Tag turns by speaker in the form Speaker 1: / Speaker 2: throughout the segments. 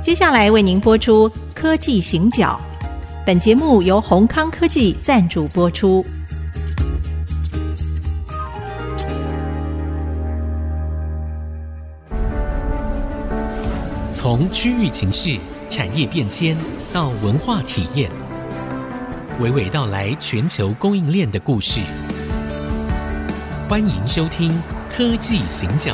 Speaker 1: 接下来为您播出《科技行脚》，本节目由宏康科技赞助播出。
Speaker 2: 从区域情势、产业变迁到文化体验，娓娓道来全球供应链的故事。欢迎收听《科技行脚》。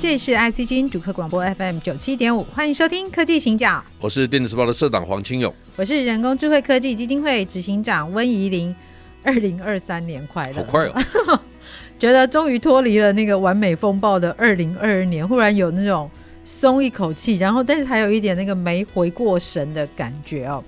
Speaker 3: 这里是 IC 之音主客广播 FM 九七点五，欢迎收听科技行脚，
Speaker 4: 我是电子时报的社长黄清勇。
Speaker 3: 我是人工智慧科技基金会执行长温怡玲。二零二三年快乐，
Speaker 4: 好快哦！
Speaker 3: 觉得终于脱离了那个完美风暴的二零二二年，忽然有那种松一口气，然后但是还有一点那个没回过神的感觉哦，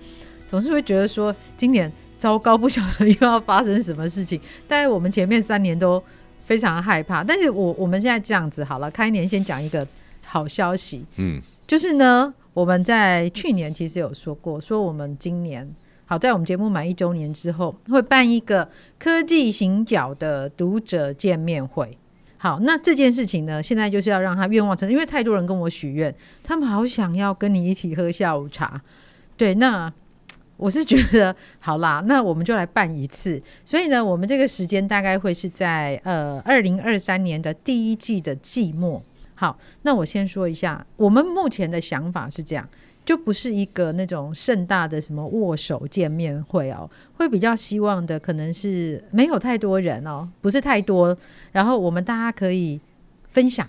Speaker 3: 总是会觉得说今年糟糕，不晓得又要发生什么事情。但是我们前面三年都非常害怕，但是我我们现在这样子好了，开年先讲一个好消息，
Speaker 4: 嗯，
Speaker 3: 就是呢，我们在去年其实有说过，说我们今年好在我们节目满一周年之后，会办一个科技行脚的读者见面会。好，那这件事情呢，现在就是要让他愿望成真，因为太多人跟我许愿，他们好想要跟你一起喝下午茶。对，那我是觉得好啦，那我们就来办一次。所以呢，我们这个时间大概会是在呃二零二三年的第一季的季末。好，那我先说一下，我们目前的想法是这样，就不是一个那种盛大的什么握手见面会哦，会比较希望的可能是没有太多人哦，不是太多，然后我们大家可以分享，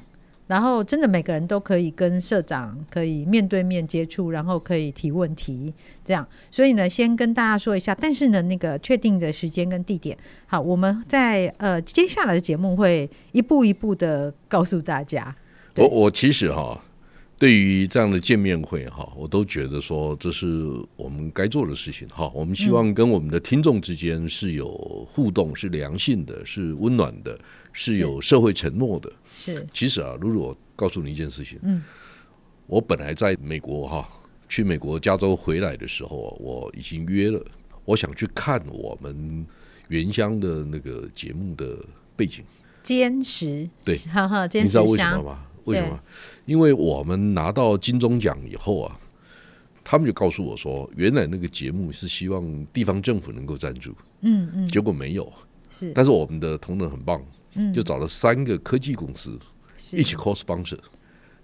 Speaker 3: 然后真的每个人都可以跟社长可以面对面接触，然后可以提问题，这样。所以呢，先跟大家说一下，但是呢，那个确定的时间跟地点，好，我们在呃接下来的节目会一步一步的告诉大家。对
Speaker 4: 我我其实哈、对于这样的见面会哈、我都觉得说这是我们该做的事情哈、我们希望跟我们的听众之间是有互动，是良性的，是温暖的，是有社会承诺的。
Speaker 3: 是，
Speaker 4: 其实啊，如果我告诉你一件事情，
Speaker 3: 嗯，
Speaker 4: 我本来在美国哈、去美国加州回来的时候、啊，我已经约了，我想去看我们原乡的那个节目的背景。
Speaker 3: 坚持，
Speaker 4: 对
Speaker 3: 哈哈，坚
Speaker 4: 你知道
Speaker 3: 持
Speaker 4: 为什么
Speaker 3: 香，
Speaker 4: 吗？为什么？因为我们拿到金钟奖以后啊，他们就告诉我说，原来那个节目是希望地方政府能够赞助，
Speaker 3: 嗯嗯，
Speaker 4: 结果没有。
Speaker 3: 是
Speaker 4: 但是我们的同仁很棒，就找了三个科技公司
Speaker 3: 嗯是
Speaker 4: 一起 co sponsor。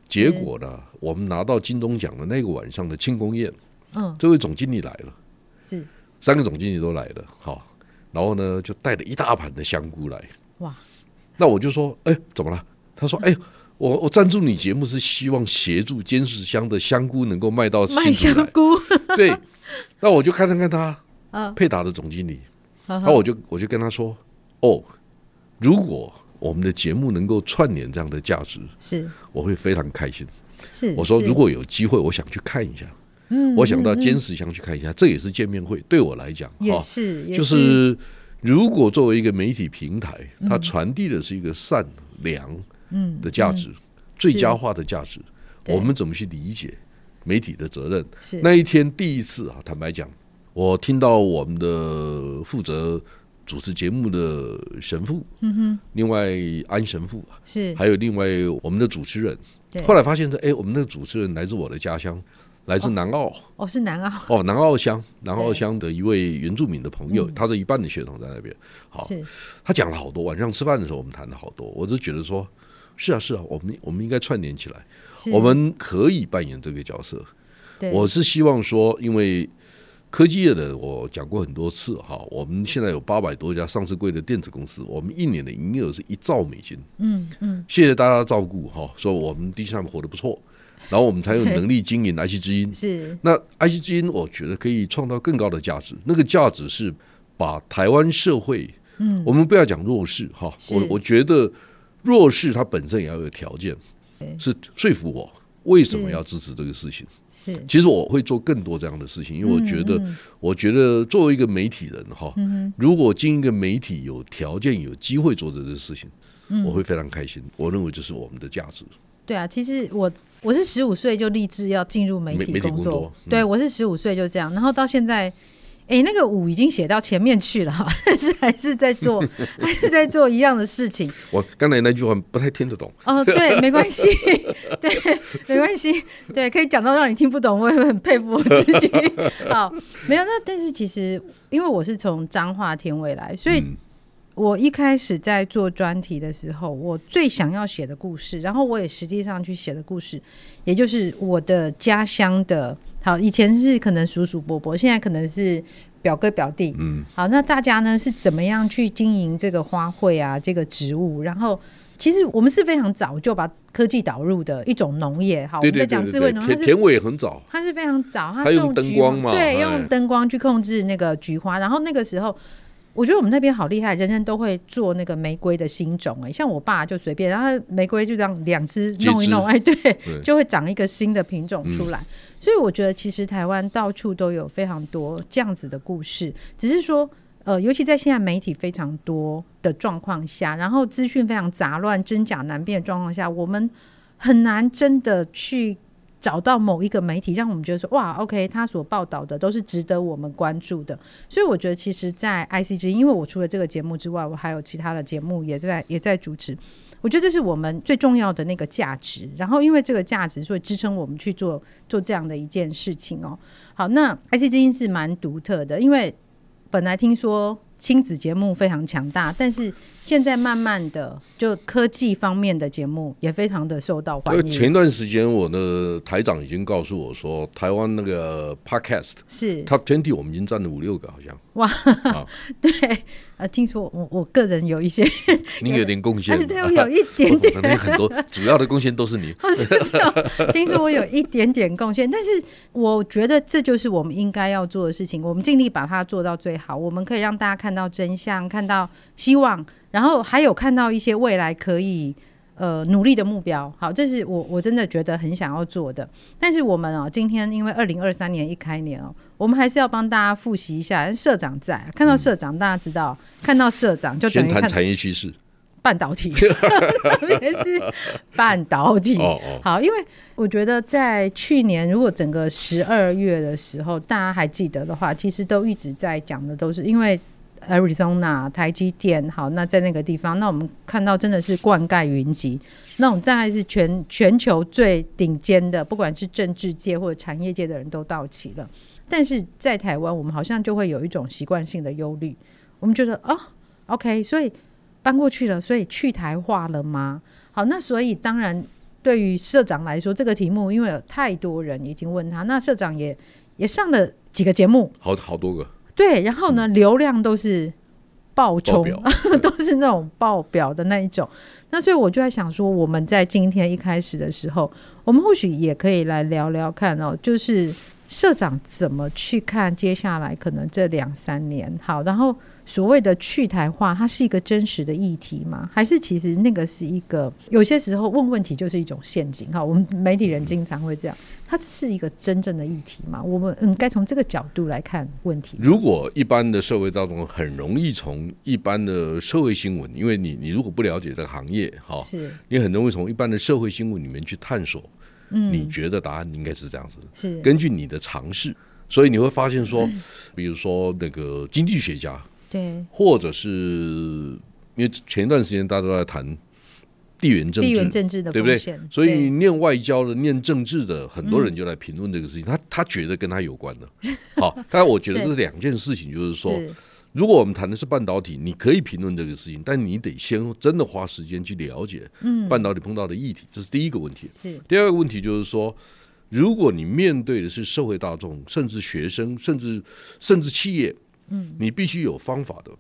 Speaker 4: 结果呢，我们拿到金钟奖的那个晚上的庆功宴，
Speaker 3: 嗯
Speaker 4: 这位总经理来了，
Speaker 3: 是
Speaker 4: 三个总经理都来了，好，然后呢就带了一大盘的香菇来。
Speaker 3: 哇，
Speaker 4: 那我就说，哎，怎么了？他说，哎，我我赞助你节目是希望协助监视香的香菇能够卖到
Speaker 3: 卖
Speaker 4: 新
Speaker 3: 香
Speaker 4: 竹来。
Speaker 3: 菇，
Speaker 4: 对，那我就看看看他，
Speaker 3: 嗯
Speaker 4: 配达的总经理，
Speaker 3: 然
Speaker 4: 然后我就我就跟他说，哦，如果我们的节目能够串联这样的价值，
Speaker 3: 是
Speaker 4: 我会非常开心。
Speaker 3: 是，
Speaker 4: 我说
Speaker 3: 是
Speaker 4: 如果有机会，我想去看一下，
Speaker 3: 嗯
Speaker 4: 我想到
Speaker 3: 嗯嗯
Speaker 4: 监视香去看一下，这也是见面会，对我来讲，哦
Speaker 3: 也
Speaker 4: 哈
Speaker 3: 是也
Speaker 4: 就是如果作为一个媒体平台，
Speaker 3: 嗯
Speaker 4: 它传递的是一个善良的价值、
Speaker 3: 嗯
Speaker 4: 最佳化的价值，
Speaker 3: 对
Speaker 4: 我们怎么去理解媒体的责任？
Speaker 3: 是
Speaker 4: 那一天第一次啊，坦白讲，我听到我们的负责主持节目的神父，嗯哼，另外安神父，
Speaker 3: 是
Speaker 4: 还有另外我们的主持人
Speaker 3: 对，
Speaker 4: 后来发现说，哎，我们那个主持人来自我的家乡，来自南澳。
Speaker 3: 哦是南澳
Speaker 4: 哦，南澳乡，南澳乡的一位原住民的朋
Speaker 3: 嗯
Speaker 4: 友，他的一半的血统在那边。好，
Speaker 3: 是
Speaker 4: 他讲了好多，晚上吃饭的时候我们谈了好多，我就觉得说，是啊是啊，我们我们应该串联起来，
Speaker 3: 是
Speaker 4: 我们可以扮演这个角色。
Speaker 3: 对
Speaker 4: 我是希望说，因为科技业的，我讲过很多次哈，我们现在有八百多家上市柜的电子公司，我们一年的营业额是一兆美金。
Speaker 3: 嗯嗯
Speaker 4: 谢谢大家照顾哈，说我们 D 上活得不错，然后我们才有
Speaker 3: 对
Speaker 4: 能力经营 IC 之音。
Speaker 3: 是
Speaker 4: 那 IC 基因，我觉得可以创造更高的价值。那个价值是把台湾社会，嗯，我们不要讲弱势哈，
Speaker 3: 是
Speaker 4: 我我觉得弱势它本身也要有条件
Speaker 3: 对，
Speaker 4: 是说服我为什么要支持这个事情。
Speaker 3: 是
Speaker 4: 其实我会做更多这样的事情，因为我觉得，
Speaker 3: 嗯
Speaker 4: 我觉得作为一个媒体人哈，如果经营一个媒体有条件、有机会做这件事情，
Speaker 3: 嗯
Speaker 4: 我会非常开心。我认为这是我们的价值。
Speaker 3: 对啊，其实我我是十五岁就立志要进入媒
Speaker 4: 媒
Speaker 3: 体
Speaker 4: 媒体
Speaker 3: 工
Speaker 4: 工
Speaker 3: 作
Speaker 4: 作，嗯
Speaker 3: 对我是十五岁就这样，然后到现在哎，那个五已经写到前面去了，但 是还是在做，还是在做一样的事情。
Speaker 4: 我刚才那句话不太听得懂，
Speaker 3: 哦，对，没关系，对，没关系，对，可以讲到让你听不懂，我也很佩服我自己。好，没有，那但是其实因为我是从彰化天未来，所以
Speaker 4: 嗯
Speaker 3: 我一开始在做专题的时候，我最想要写的故事，然后我也实际上去写的故事，也就是我的家乡的。好，以前是可能叔叔伯伯，现在可能是表哥表弟。
Speaker 4: 嗯，
Speaker 3: 好，那大家呢是怎么样去经营这个花卉啊，这个植物？然后，其实我们是非常早就把科技导入的一种农业。好，
Speaker 4: 对对
Speaker 3: 我
Speaker 4: 对
Speaker 3: 们在讲智
Speaker 4: 对
Speaker 3: 慧农，它
Speaker 4: 对，田
Speaker 3: 是
Speaker 4: 田尾很早，
Speaker 3: 它是非常早，它
Speaker 4: 它用
Speaker 3: 种
Speaker 4: 灯
Speaker 3: 菊花
Speaker 4: 光嘛
Speaker 3: 对，
Speaker 4: 哎
Speaker 3: 用灯光去控制那个菊花。然后那个时候，我觉得我们那边好厉害，人人都会做那个玫瑰的新种、哎，像我爸就随便，然后玫瑰就这样两只
Speaker 4: 截
Speaker 3: 弄一
Speaker 4: 枝
Speaker 3: 弄，哎，对，
Speaker 4: 对
Speaker 3: 就会长一个新的品种出来。所以我觉得，其实台湾到处都有非常多这样子的故事，只是说。呃，尤其在现在媒体非常多的状况下，然后资讯非常杂乱、真假难辨的状况下，我们很难真的去找到某一个媒体，让我们觉得说，哇，OK，他所报道的都是值得我们关注的。所以我觉得，其实，在 IC 之音，因为我除了这个节目之外，我还有其他的节目也在也在主持。我觉得这是我们最重要的那个价值，然后因为这个价值，所以支撑我们去做做这样的一件事情哦。好，那 IC 之音是蛮独特的，因为本来听说亲子节目非常强大，但是现在慢慢的，就科技方面的节目也非常的受到欢
Speaker 4: 呃，前
Speaker 3: 迎，
Speaker 4: 段时间我的台长已经告诉我说，台湾那个 podcast
Speaker 3: 是
Speaker 4: top twenty 我们已经占了五六个，好 像
Speaker 3: 对，呃，听说我我个人有一 些，
Speaker 4: 你有点贡献
Speaker 3: 但是， 对我有一点
Speaker 4: 我
Speaker 3: 点
Speaker 4: 可能很多主要的贡献都是你。
Speaker 3: 好像这 样。听说我有一点点贡献，但是我觉得这就是我们应该要做的事情，我们尽力把它做到最好。我们可以让大家看到真相，看到希望，然后还有看到一些未来可以。呃，努力的目标，好，这是我我真的觉得很想要做的。但是我们哦，今天因为二零二三年一开年哦，我们还是要帮大家复习一下。社长在，看到社长，大家知道，看到社长 就等
Speaker 4: 嗯先
Speaker 3: 于看
Speaker 4: 谈
Speaker 3: 到
Speaker 4: 产业 趋势
Speaker 3: 半导体，特别是半导体。
Speaker 4: 哦哦，
Speaker 3: 好，因为我觉得在去年，如果整个十二月的时候，大家还记得的话，其实都一直在讲的都是因为 Arizona 台积电，好，那在那个地方，那我们看到真的是灌溉云集，那我们大概是全全球最顶尖的，不管是政治界或者产业界的人都到齐了。但是在台湾，我们好像就会有一种习惯性的忧虑，我们觉得哦，OK，所以搬过去了，所以去台化了吗？好，那所以当然对于社长来说，这个题目因为有太多人已经问他，那社长也也上了几个节目，
Speaker 4: 好好多个
Speaker 3: 对，然后呢，流量都是爆
Speaker 4: 报
Speaker 3: 冲，
Speaker 4: 表
Speaker 3: 都是那种爆表的那一种。那所以我就在想说，我们在今天一开始的时候，我们或许也可以来聊聊看哦，就是社长怎么去看接下来可能这两三年。好，然后所谓的去台化，它是一个真实的议题吗？还是其实那个是一个有些时候问问题就是一种陷阱？哈，我们媒体人经常会这样，它是一个真正的议题吗？我们嗯该从这个角度来看问题。
Speaker 4: 如果一般的社会大众很容易从一般的社会新闻，因为你你如果不了解这个行业，哈、
Speaker 3: 是
Speaker 4: 你很容易从一般的社会新闻里面去探索，嗯，你觉得答案应该是这样子的，
Speaker 3: 是
Speaker 4: 根据你的尝试，所以你会发现说，
Speaker 3: 嗯
Speaker 4: 比如说那个经济学家，
Speaker 3: 对
Speaker 4: 或者是因为前一段时间大家都在谈地缘政
Speaker 3: 地缘
Speaker 4: 治。
Speaker 3: 政治的
Speaker 4: 对不对
Speaker 3: 风险，？
Speaker 4: 所以念外交的、念政治的，很多人就来评论这个事
Speaker 3: 嗯
Speaker 4: 情。他他觉得跟他有关的， 好，但我觉得这
Speaker 3: 对
Speaker 4: 是两件事情，就是说，
Speaker 3: 是
Speaker 4: 如果我们谈的是半导体，你可以评论这个事情，但你得先真的花时间去了解，嗯，半导体碰到的议题，这是第一个问题。
Speaker 3: 是
Speaker 4: 第二个问题就是说，如果你面对的是社会大众，甚至学生，甚至甚至企业，嗯，你必须有方法的，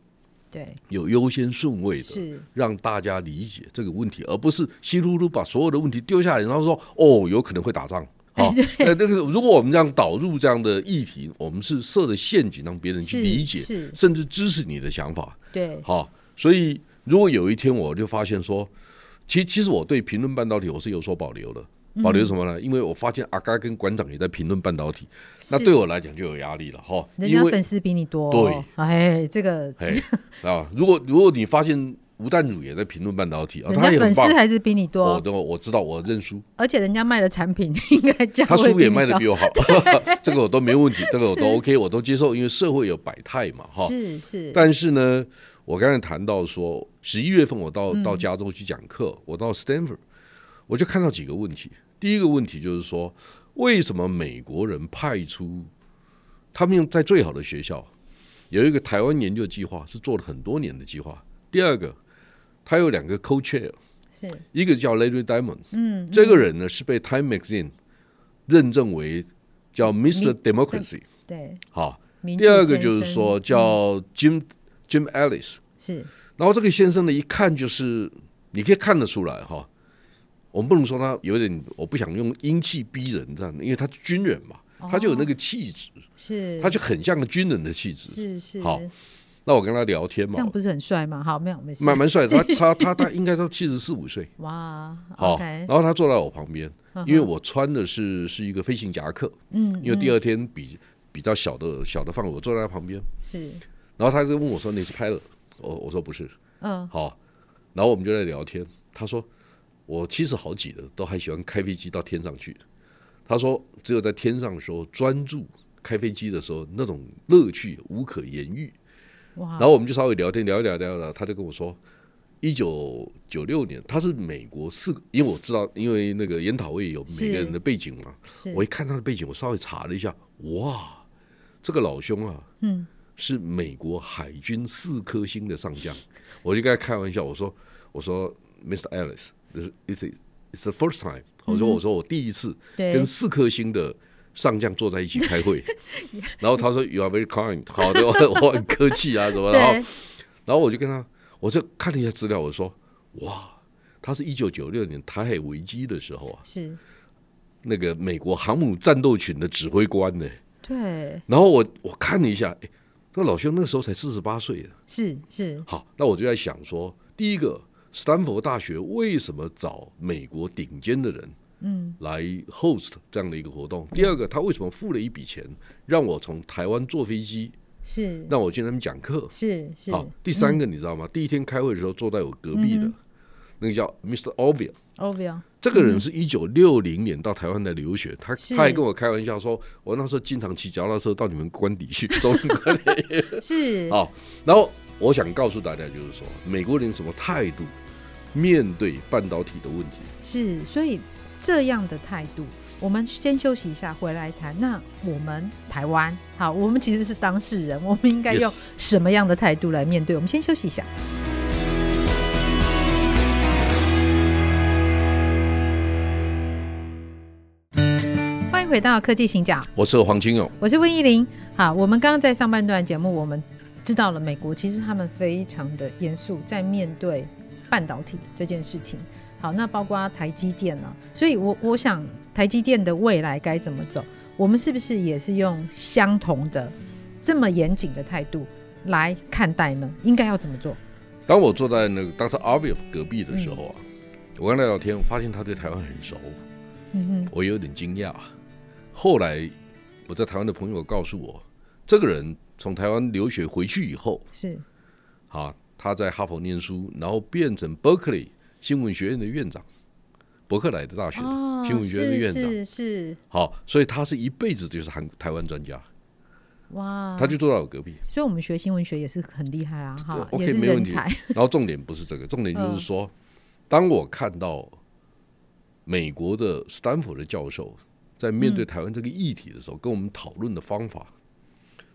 Speaker 3: 对
Speaker 4: 有优先顺位的。
Speaker 3: 是
Speaker 4: 让大家理解这个问题，而不是稀噜噜把所有的问题丢下来，然后说哦，有可能会打仗。 好、呃，那个如果我们这样导入这样的议题，我们是设了陷阱，让别人去
Speaker 3: 是
Speaker 4: 理解，
Speaker 3: 是
Speaker 4: 甚至支持你的想法。
Speaker 3: 对
Speaker 4: 好、所以如果有一天我就发现说，其其实我对评论半导体我是有所保留的。保留什么呢？因为我发现阿嘎跟馆长也在评论半导体，那
Speaker 3: 是
Speaker 4: 对我来讲就有压力了哈。
Speaker 3: 人
Speaker 4: 因
Speaker 3: 家
Speaker 4: 为
Speaker 3: 粉丝比你多，
Speaker 4: 对，
Speaker 3: 哎，这个
Speaker 4: 哎啊，如果如果你发现吴淡如也在评论半导体啊，
Speaker 3: 人
Speaker 4: 他
Speaker 3: 家
Speaker 4: 也
Speaker 3: 粉
Speaker 4: 很
Speaker 3: 丝
Speaker 4: 棒。哦
Speaker 3: 还是比你
Speaker 4: 我
Speaker 3: 多，
Speaker 4: 都我知道，我认输。
Speaker 3: 而且人家卖的产品 应该价
Speaker 4: 他
Speaker 3: 位
Speaker 4: 书也
Speaker 3: 你
Speaker 4: 卖的
Speaker 3: 高
Speaker 4: 比 我好， 这个我都没问题，这个我都 OK，我都接受，因为社会有百态嘛，哈。
Speaker 3: 是是，
Speaker 4: 但是呢，我刚才谈到说，十一月份我到到加州去讲课，我到 Stanford，我就看到几个问题。第一个问题就是说，为什么美国人派出他们用在最好的学校有一个台湾研究计划，是做了很多年的计划。第二个，他有两个 co-chair，
Speaker 3: 是
Speaker 4: 一个叫 Larry Diamond，嗯，这个人呢是被 Time Magazine 认证为叫 Mr. Democracy，
Speaker 3: 对。
Speaker 4: 好。
Speaker 3: 民
Speaker 4: 第
Speaker 3: 主
Speaker 4: 二个
Speaker 3: 先
Speaker 4: 就是
Speaker 3: 生嗯
Speaker 4: 说叫 Jim、Jim Ellis，
Speaker 3: 是
Speaker 4: 然后这个先生呢，一看就是你可以看得出来哈，我们不能说他有点，我不想用英气逼人这样，因为他是军人嘛，
Speaker 3: 哦
Speaker 4: 他就有那个气质，
Speaker 3: 是，
Speaker 4: 他就很像个军人的气质。
Speaker 3: 是是
Speaker 4: 好那我跟他聊天
Speaker 3: 这
Speaker 4: 嘛
Speaker 3: 样，不是很帅吗？好，没有没事，
Speaker 4: 蛮蛮帅 的，他他他他应该都七十四五岁，
Speaker 3: 哇
Speaker 4: 好，
Speaker 3: ，OK，
Speaker 4: 然后他坐在我旁边，
Speaker 3: 嗯哼
Speaker 4: 因为我穿的是是一个飞行夹克，
Speaker 3: 嗯，
Speaker 4: 因为第二天比比较小的小的范围，我坐在他旁边，
Speaker 3: 是
Speaker 4: 然后他就问我说你是拍了，我我说不是，
Speaker 3: 嗯，
Speaker 4: 好，然后我们就在聊天。他说我七十好几了，都还喜欢开飞机到天上去。他说只有在天上的时候专注开飞机的时候，那种乐趣无可言喻。
Speaker 3: 哇啊
Speaker 4: 然，后我们就稍微聊天聊一聊聊一聊，他就跟我说。一九九六年，他是美国四个，因为我知道，因为那个研讨会有每个人的背景嘛，
Speaker 3: 是
Speaker 4: 我一看他的背景，我稍微查了一下，哇，这个老兄啊，
Speaker 3: 嗯，
Speaker 4: 是美国海军四颗星的上将。我就跟他开玩笑，我说，我说，Mr. Ellis，it's a- it's the first time。我说，我说我第一次
Speaker 3: 嗯对
Speaker 4: 跟四颗星的上将坐在一起 开会。然后他说，You are very kind。好 的，我我很客 气啊，什么？然后
Speaker 3: 对，
Speaker 4: 然后我就跟他，我就看了一下资料，我说，哇。他是一九九六年台海危机的时候啊，
Speaker 3: 是，
Speaker 4: 那个美国航母战斗群的指挥官呢、
Speaker 3: 对，
Speaker 4: 然后我我看了一下，哎，那老兄那时候才四十八岁啊，
Speaker 3: 是是
Speaker 4: 好，那我就在想说，第一个，斯坦福大学为什么找美国顶尖的人，嗯，来 host 这样的一个活动？第二个，他为什么付了一笔钱让我从台湾坐飞机，
Speaker 3: 是
Speaker 4: 让我去那边讲课？
Speaker 3: 是是，
Speaker 4: 好，第三个你知道吗？第一天开会的时候，坐在我隔壁的、那个叫 Mr. Ovia，
Speaker 3: ，Ovio，
Speaker 4: 这个人是一九六零年到台湾来留学，他
Speaker 3: 嗯是
Speaker 4: 他还跟我开玩笑说，我那时候经常骑脚踏车到你们官邸去，中关邸
Speaker 3: 是
Speaker 4: 好，然后我想告诉大家，就是说美国人什么态度面对半导体的问题。
Speaker 3: 是，所以这样的态度，我们先休息一下，回来谈。那我们台湾，好，我们其实是当事人，我们应该
Speaker 4: Yes
Speaker 3: 用什么样的态度来面对？我们先休息一下。欢迎回到科技行讲，
Speaker 4: 我是黄金勇，
Speaker 3: 我是温依玲。好，我们刚刚在上半段节目，我们知道了美国其实他们非常的严肃，在面对半导体这件事情。好，那包括台积电呢、所以我我想台积电的未来该怎么走，我们是不是也是用相同的这么严谨的态度来看待呢？应该要怎么做？
Speaker 4: 当我坐在那个 Dr. Arvia 隔壁的时候啊，我跟他聊天，我发现他对台湾很熟，
Speaker 3: 嗯哼，
Speaker 4: 我有点惊讶。后来我在台湾的朋友告诉我，这个人从台湾留学回去以后，
Speaker 3: 是
Speaker 4: 啊，他在哈佛念书，然后变成 Berkeley 新闻学院的院长，伯克莱的大学的新闻学
Speaker 3: 是
Speaker 4: 院的院长。
Speaker 3: 哦是是，
Speaker 4: 好，所以他是一辈子就是韩台湾专家，
Speaker 3: 哇！
Speaker 4: 他就坐在我隔壁。
Speaker 3: 所以我们学新闻学也是很厉害啊，哈，
Speaker 4: OK，
Speaker 3: 也是
Speaker 4: 没问
Speaker 3: 人
Speaker 4: 题
Speaker 3: 才，
Speaker 4: 然后重点不是这个，重点就是说，当我看到美国的斯坦福的教授在面对台湾这个议题的时候，跟我们讨论的方法，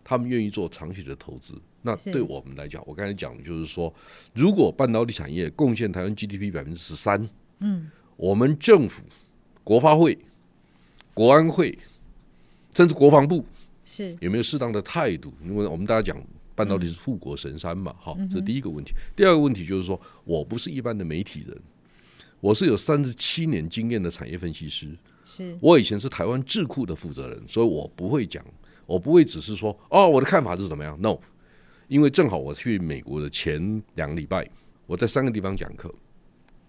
Speaker 4: 他们愿意做长期的投资。那
Speaker 3: 是
Speaker 4: 对我们来讲，我刚才讲的就是说，如果半导体产业贡献台湾 GDP 百分之十三，嗯，我们政府、国发会、国安会，甚至国防部，
Speaker 3: 是
Speaker 4: 有没有适当的态度？因为我们大家讲半导体是护国神山嘛，哈、这是第一个问题。第二个问题就是说，我不是一般的媒体人，我是有三十七年经验的产业分析师，
Speaker 3: 是
Speaker 4: 我以前是台湾智库的负责人，所以我不会讲，我不会只是说哦，我的看法是怎么样？No，因为正好我去美国的前两个礼拜，我在三个地方讲课。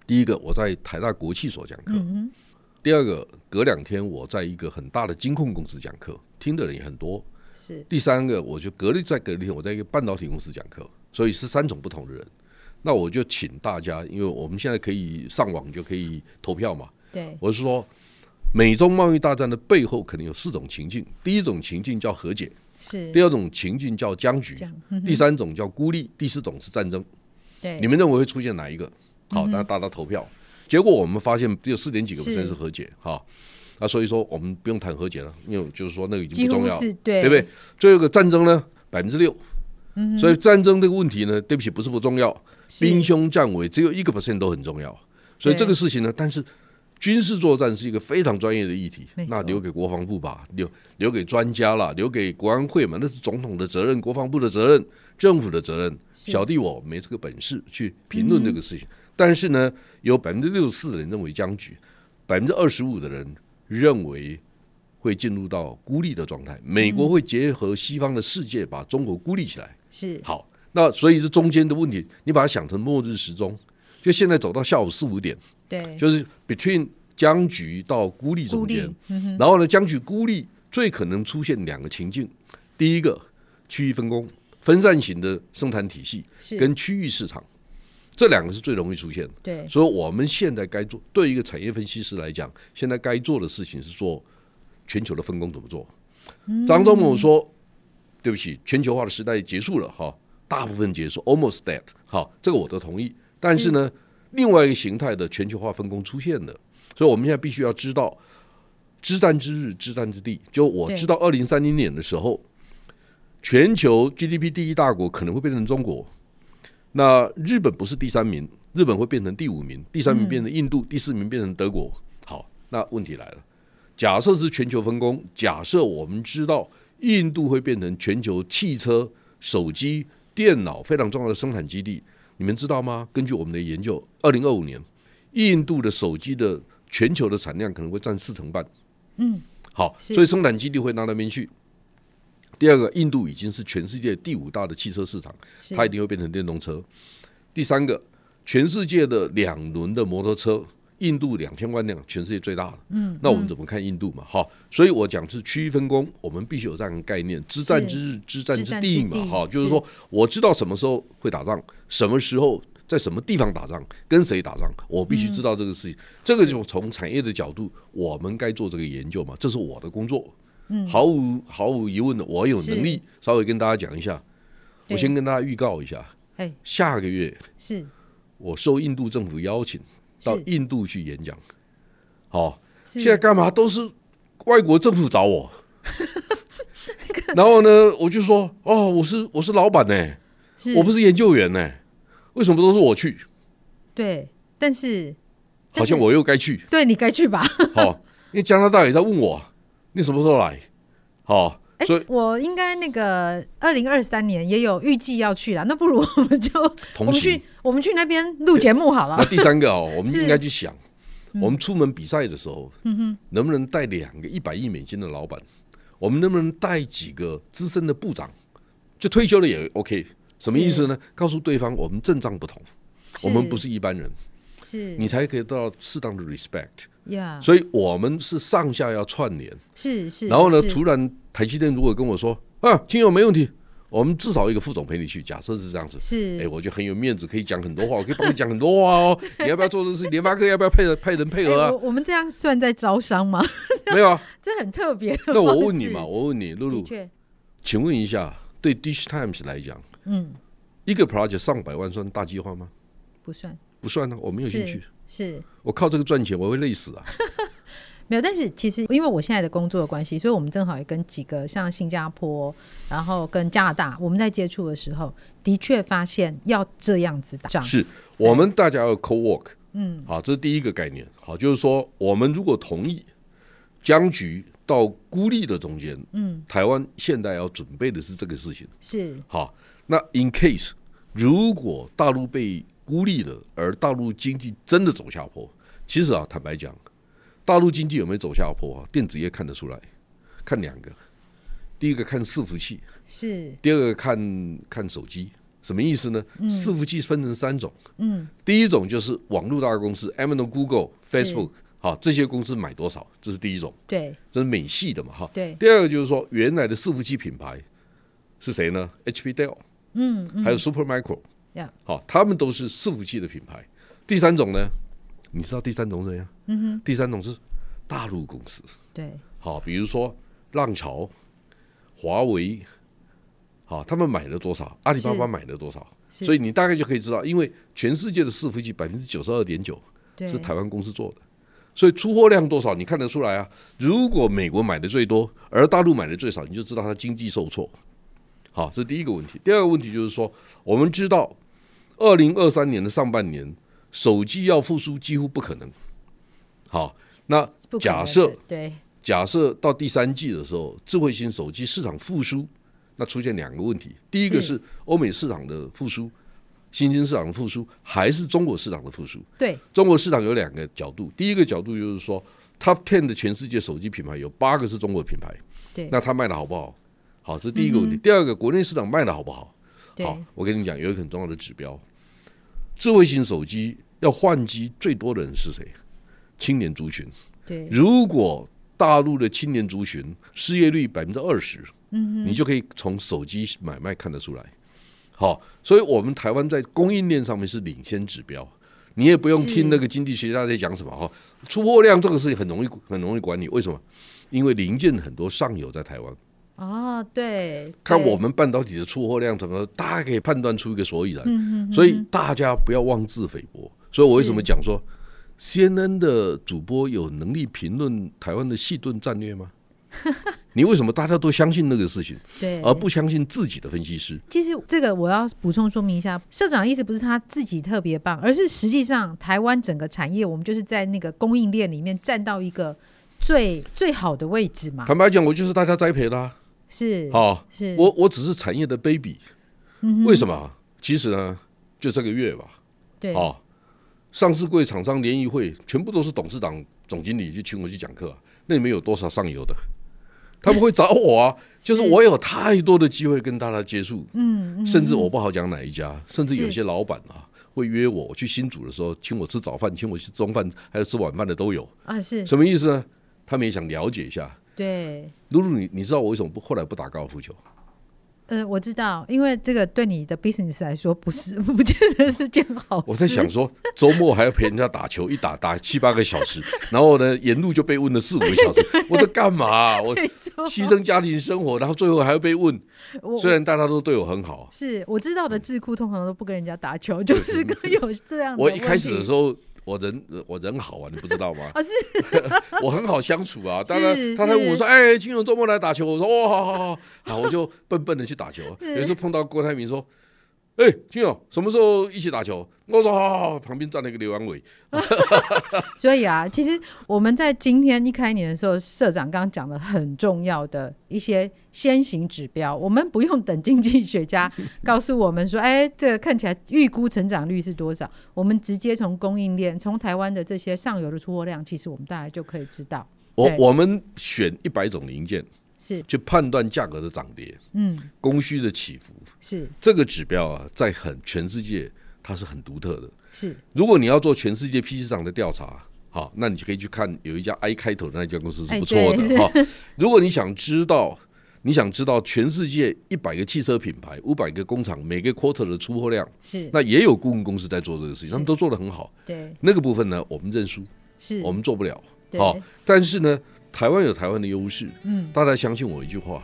Speaker 4: 第一个，我在台大国际所讲课；第二个，隔两天我在一个很大的金控公司讲课，听的人也很多；
Speaker 3: 是
Speaker 4: 第三个，我就隔离在隔离天，我在一个半导体公司讲课，所以是三种不同的人。那我就请大家，因为我们现在可以上网就可以投票嘛。
Speaker 3: 对，
Speaker 4: 我是说，美中贸易大战的背后可能有四种情境：第一种情境叫和解，
Speaker 3: 是
Speaker 4: 第二种情境叫僵局
Speaker 3: 这，样，
Speaker 4: 第三种叫孤立，第四种是战争。
Speaker 3: 对，
Speaker 4: 你们认为会出现哪一个？好，那大家投票。结果我们发现只有四点几个 p
Speaker 3: 嗯是
Speaker 4: e 是和解，哈。那所以说我们不用谈和解了，因为就是说那个已经
Speaker 3: 几
Speaker 4: 不重
Speaker 3: 乎
Speaker 4: 要，
Speaker 3: 是
Speaker 4: 对不对？最后一个战争呢，百分之六。所以战争这个问题呢，对不起，不是不重要，
Speaker 3: 是
Speaker 4: 兵凶战危，只有一个 percent 都很重要。所以
Speaker 3: 对
Speaker 4: 这个事情呢，但是军事作战是一个非常专业的议题
Speaker 3: 没，错
Speaker 4: 那留给国防部吧，留留给专家啦，留给国安会嘛，那是总统的责任，国防部的责任，政府的责任。
Speaker 3: 是嗯
Speaker 4: 小弟我没这个本事去评论这个事情，但是呢，有百分之六十四的人认为僵局，百分之二十五的人认为。会进入到孤立的状态，美国会结合西方的世界把中国孤立起来。
Speaker 3: 是
Speaker 4: 好，那所以这中间的问题，你把它想成末日时钟，就现在走到下午四五点，
Speaker 3: 对，
Speaker 4: 就是 between 僵局到孤立中
Speaker 3: 孤
Speaker 4: 间
Speaker 3: 立，嗯
Speaker 4: 然后呢，僵局孤立最可能出现两个情境，第一个区域分工，分散型的生产体系
Speaker 3: 是
Speaker 4: 跟区域市场，这两个是最容易出现的。
Speaker 3: 对
Speaker 4: 所以我们现在该做，对一个产业分析师来讲，现在该做的事情是做全球的分工怎么做。张忠谋说：“对不起，全球化的时代结束了哈，大部分结束，almost dead。好，这个我都同意。但是呢，另外一个形态的全球化分工出现了，所以我们现在必须要知道，知战之日，知战之地。就我
Speaker 3: 对
Speaker 4: 知道，二零三零年的时候，全球 GDP 第一大国可能会变成中国，那日本不是第三名，日本会变成第五名，第三名变成印度，第四名变成德国。好，那问题来了，假设是全球分工，假设我们知道印度会变成全球汽车、手机、电脑非常重要的生产基地，你们知道吗？根据我们的研究，二零二五年印度的手机的全球的产量可能会占四成半。嗯，好，
Speaker 3: 是
Speaker 4: 所以生产基地会到那边去。第二个，印度已经是全世界第五大的汽车市场，
Speaker 3: 是
Speaker 4: 它一定会变成电动车。第三个，全世界的两轮的摩托车，印度两千万辆，全世界最大的。嗯，那我们怎么看印度嘛？哈，所以我讲是区域分工，我们必须有这样的概念：知战之日，知战
Speaker 3: 知
Speaker 4: 之
Speaker 3: 战
Speaker 4: 地
Speaker 3: 之
Speaker 4: 嘛
Speaker 3: 地。
Speaker 4: 哈，就是
Speaker 3: 是
Speaker 4: 说我知道什么时候会打仗，什么时候。在什么地方打仗，跟谁打仗，我必须知道这个事情。这个就从产业的角度，我们该做这个研究嘛，这是我的工作。嗯，毫无毫无疑问的，我有
Speaker 3: 是
Speaker 4: 能力稍微跟大家讲一下。我
Speaker 3: 对
Speaker 4: 先跟大家预告一下，
Speaker 3: 哎
Speaker 4: 下个月
Speaker 3: 是
Speaker 4: 我受印度政府邀请到
Speaker 3: 是
Speaker 4: 印度去演讲。好、
Speaker 3: 是
Speaker 4: 现在干嘛都是外国政府 找我。然后呢，我就说哦，我是我是老板呢、
Speaker 3: 是
Speaker 4: 我不是研究员呢、为什么都是我去？
Speaker 3: 对，但是
Speaker 4: 好像
Speaker 3: 但是
Speaker 4: 我又该去。
Speaker 3: 对你该去吧。
Speaker 4: 好、 因为加拿大也在问我，你什么时候来？好、
Speaker 3: 哎
Speaker 4: 所以，
Speaker 3: 我应该那个二零二三年也有预计要去啦，那不如我们就我
Speaker 4: 同
Speaker 3: 们
Speaker 4: 行
Speaker 3: 去。我们去那边录节目好
Speaker 4: 那
Speaker 3: 了。
Speaker 4: 第三个哦，我们
Speaker 3: 是嗯
Speaker 4: 应该去想，我们出门比赛的时候，能不能带两个一百亿美金的老板？我们能不能带几个资深的部长？就退休了也 OK。什么意思呢？告诉对方我们阵仗不同，我们不是一般人，
Speaker 3: 是
Speaker 4: 你才可以得到适当的 respect。
Speaker 3: 呀，
Speaker 4: 所以我们是上下要串联。
Speaker 3: 是是。
Speaker 4: 然后呢，
Speaker 3: 是
Speaker 4: 突然台积电如果跟我说啊，亲友没问题，我们至少一个副总陪你去，假设是这样子，
Speaker 3: 是
Speaker 4: 哎、我就很有面子，可以讲很多话，我可以帮你讲很多话 哦。你要不要做这个事？联发科要不要配人派人配
Speaker 3: 哎
Speaker 4: 合啊
Speaker 3: 我？我们这样算在招商吗？
Speaker 4: 没有啊。
Speaker 3: 这很特别的方式。
Speaker 4: 那我问你 嘛，我问你，露
Speaker 3: 的
Speaker 4: 露，
Speaker 3: 确
Speaker 4: 请问一下，对 Dish Times 来讲，
Speaker 3: 嗯，
Speaker 4: 一个 project 上百万算大计划吗？
Speaker 3: 不算，
Speaker 4: 不算啊，我没有兴趣
Speaker 3: 是。是
Speaker 4: 我靠这个赚钱，我会 累死啊！
Speaker 3: 没有，但是其实因为我现在的工作的关系，所以我们正好也跟几个像新加坡，然后跟加拿大，我们在接触的时候，的确发现要这样子打仗。
Speaker 4: 是我们大家要 co work，嗯，好，这是第一个概念。好，就是说我们如果同意僵局到孤立的中间，嗯，台湾现在要准备的是这个事情。
Speaker 3: 是
Speaker 4: 好，那 in case 如果大陆被孤立了，而大陆经济真的走下坡，其实啊，坦白讲，大陆经济有没有走下坡啊？电子业看得出来，看两个，第一个看伺服器，
Speaker 3: 是
Speaker 4: 第二个看看手机，什么意思呢？伺服器分成三种，嗯，第一种就是网络大公司，Amazon、Google、
Speaker 3: 是
Speaker 4: Facebook，好，这些公司买多少，这是第一种，
Speaker 3: 对
Speaker 4: 这是美系的嘛，哈。
Speaker 3: 对
Speaker 4: 第二个就是说，原来的伺服器品牌是谁呢？HP、Dell，嗯，还有 Supermicro，
Speaker 3: 嗯 Yeah
Speaker 4: 好、他们都是伺服器的品牌。第三种呢，你知道第三种是怎样？嗯哼，第三种是大陆公司，
Speaker 3: 对，
Speaker 4: 好、比如说浪潮、华为，好、他们买了多少？阿里巴巴
Speaker 3: 是
Speaker 4: 买了多少？
Speaker 3: 是
Speaker 4: 所以你大概就可以知道，因为全世界的伺服器百分之九十二点九
Speaker 3: 对
Speaker 4: 是台湾公司做的，所以出货量多少你看得出来啊。如果美国买的最多，而大陆买的最少，你就知道它经济受挫。好，这是第一个问题。第二个问题就是说，我们知道二零二三年的上半年手机要复苏几乎不可能。好，那
Speaker 3: 不可能
Speaker 4: 假
Speaker 3: 的
Speaker 4: 设
Speaker 3: 对
Speaker 4: 假设到第三季的时候，智慧型手机市场复苏，那出现两个问题：第一个
Speaker 3: 是
Speaker 4: 是欧美市场的复苏，新兴市场的复苏，还是中国市场的复苏？
Speaker 3: 对
Speaker 4: 中国市场有两个角度，第一个角度就是说，Top Ten 的全世界手机品牌有八个是中国品牌，
Speaker 3: 对嗯
Speaker 4: 那它卖的好不好？好，这是第一个问题。第二个，国内市场卖的好不好？好
Speaker 3: 对，
Speaker 4: 我跟你讲，有一个很重要的指标，智慧型手机要换机最多的人是谁？青年族群。
Speaker 3: 对，
Speaker 4: 如果大陆的青年族群失业率百分之二十，嗯，你就可以从手机买卖看得出来。好，所以我们台湾在供应链上面是领先指标，你也不用
Speaker 3: 是
Speaker 4: 听那个经济学家在讲什么哈。出货量这个事情很容易很容易管理，为什么？因为零件很多上游在台湾，
Speaker 3: 哦对，
Speaker 4: 看
Speaker 3: 对
Speaker 4: 我们半导体的出货量怎么，大家可以判断出一个所以
Speaker 3: 嗯
Speaker 4: 然。所以大家不要妄自菲薄。所以我为什么讲说，CNN 的主播有能力评论台湾的细盾战 略吗？你为什么大家都相信那个事情，
Speaker 3: 对
Speaker 4: 而不相信自己的分析师？
Speaker 3: 其实这个我要补充说明一下，社长意思不是他自己特别棒，而是实际上台湾整个产业，我们就是在那个供应链里面站到一个最最好的位置嘛。
Speaker 4: 坦白讲，我就是大家栽培的、啊。
Speaker 3: 是，
Speaker 4: 好，
Speaker 3: 是，
Speaker 4: 我我只是产业的 baby。为
Speaker 3: 嗯
Speaker 4: 什么？其实呢，就这个月吧，
Speaker 3: 对，
Speaker 4: 哦，上市柜厂商联谊会全部都是董事长、总经理去请我去讲课啊、那里面有多少上游的？他们会找我 啊，就是
Speaker 3: 是
Speaker 4: 我有太多的机会跟大家接触，嗯，甚至我不好讲哪一家，甚至有
Speaker 3: 是
Speaker 4: 些老板啊会约我，我去新组的时候请我吃早饭，请我吃中饭，还有吃晚饭的都有，
Speaker 3: 啊，是，
Speaker 4: 什么意思呢？他们也想了解一下。
Speaker 3: 对，
Speaker 4: 露露，你你知道我为什么不后来不打高尔夫球？
Speaker 3: 呃，我知道，因为这个对你的 business 来说不是 不见得是件好事。
Speaker 4: 我在想，说，周末还要陪人家打球，一打打七八个小时， 然后呢，沿路就被问了四五个小时，我在干嘛啊、我
Speaker 3: 哎
Speaker 4: 牺牲家庭生活，然后最后还要被问。
Speaker 3: 我
Speaker 4: 虽然大家都对我很好，啊
Speaker 3: 是我知道的智库通常都不跟人家打球，就是跟有这样的
Speaker 4: 我一开始的
Speaker 3: 问
Speaker 4: 时候。我人我人好啊，你不知道吗
Speaker 3: 题？啊，是
Speaker 4: 我很好相处啊。当
Speaker 3: 是
Speaker 4: 然，他他问我
Speaker 3: 是
Speaker 4: 说：“哎，金融周末来打球。”我说：“哦，好好好，好，我就笨笨的去打球。”啊有一次碰到郭台铭说：“哎，金勇，什么时候一起打球？”我说：“好好好。”旁边站了一个刘阳伟，
Speaker 3: 所以啊，其实我们在今天一开年的时候，社长刚刚讲的很重要的一些先行指标，我们不用等经济学家 告诉我们说，哎，这个看起来预估成长率是多少，我们直接从供应链，从台湾的这些上游的出货量，其实我们大概就可以知道，
Speaker 4: 我
Speaker 3: 对
Speaker 4: 我们选一百种零件
Speaker 3: 是，
Speaker 4: 去判断价格的涨跌、
Speaker 3: 嗯，
Speaker 4: 供需的起伏，
Speaker 3: 是
Speaker 4: 这个指标啊，在很全世界它是很独特的。
Speaker 3: 是，
Speaker 4: 如果你要做全世界 PC 厂的调查，好，那你就可以去看有一家 I 开头的那家公司是不错
Speaker 3: 哎对是
Speaker 4: 的哈、如果你想知道，你想知道全世界一百个汽车品牌、五百个工厂每个 quarter 的出货量，
Speaker 3: 是，
Speaker 4: 那也有顾问公司在做这个事情，他们
Speaker 3: 是
Speaker 4: 都做得很好。
Speaker 3: 对，
Speaker 4: 那个部分呢，我们认输，
Speaker 3: 是，
Speaker 4: 我们做不了。
Speaker 3: 对
Speaker 4: 好、但是呢，台湾有台湾的优势，
Speaker 3: 嗯，
Speaker 4: 大家相信我一句话：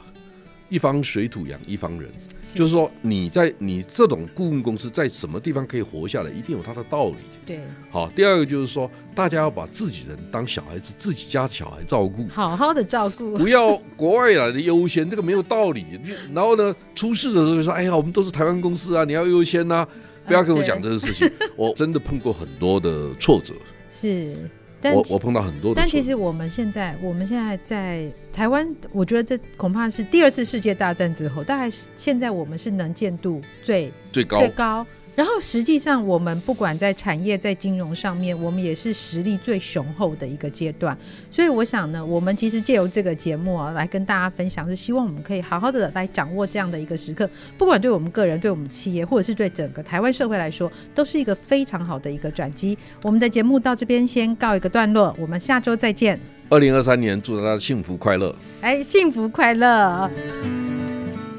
Speaker 4: 一方水土养一方人，
Speaker 3: 是
Speaker 4: 就是说你在你这种顾问公司在什么地方可以活下来，一定有它的道理。
Speaker 3: 对，，
Speaker 4: 好，第二个就是说，大家要把自己人当小孩子，自己家的小孩照顾
Speaker 3: 好好的照顾，
Speaker 4: 不要国外来的优先，这个没有道理。你然后呢，出事的时候就说：“哎呀，我们都是台湾公司啊，你要优先呐、
Speaker 3: 啊
Speaker 4: 不要跟我讲这个事情， 我真的碰过很多的挫折，
Speaker 3: 是，但
Speaker 4: 我我碰到很多的
Speaker 3: 但
Speaker 4: 挫折。
Speaker 3: 其实我们现在，我们现在在台湾，我觉得这恐怕是第二次世界大战之后，大概是现在我们是能见度最
Speaker 4: 最高
Speaker 3: 最高。然后实际上，我们不管在产业、在金融上面，我们也是实力最雄厚的一个阶段。所以我想呢，我们其实借由这个节目啊，来跟大家分享，是希望我们可以好好的来掌握这样的一个时刻，不管对我们个人、对我们企业，或者是对整个台湾社会来说，都是一个非常好的一个转机。我们的节目到这边先告一个段落，我们下周再见。
Speaker 4: 二零二三年，祝大家幸福快乐。
Speaker 3: 哎，幸福快乐！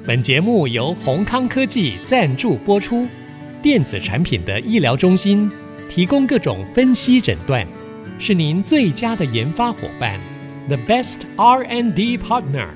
Speaker 2: 本节目由宏康科技赞助播出。电子产品的医疗中心，提供各种分析诊断，是您最佳的研发伙伴，the best R&D partner。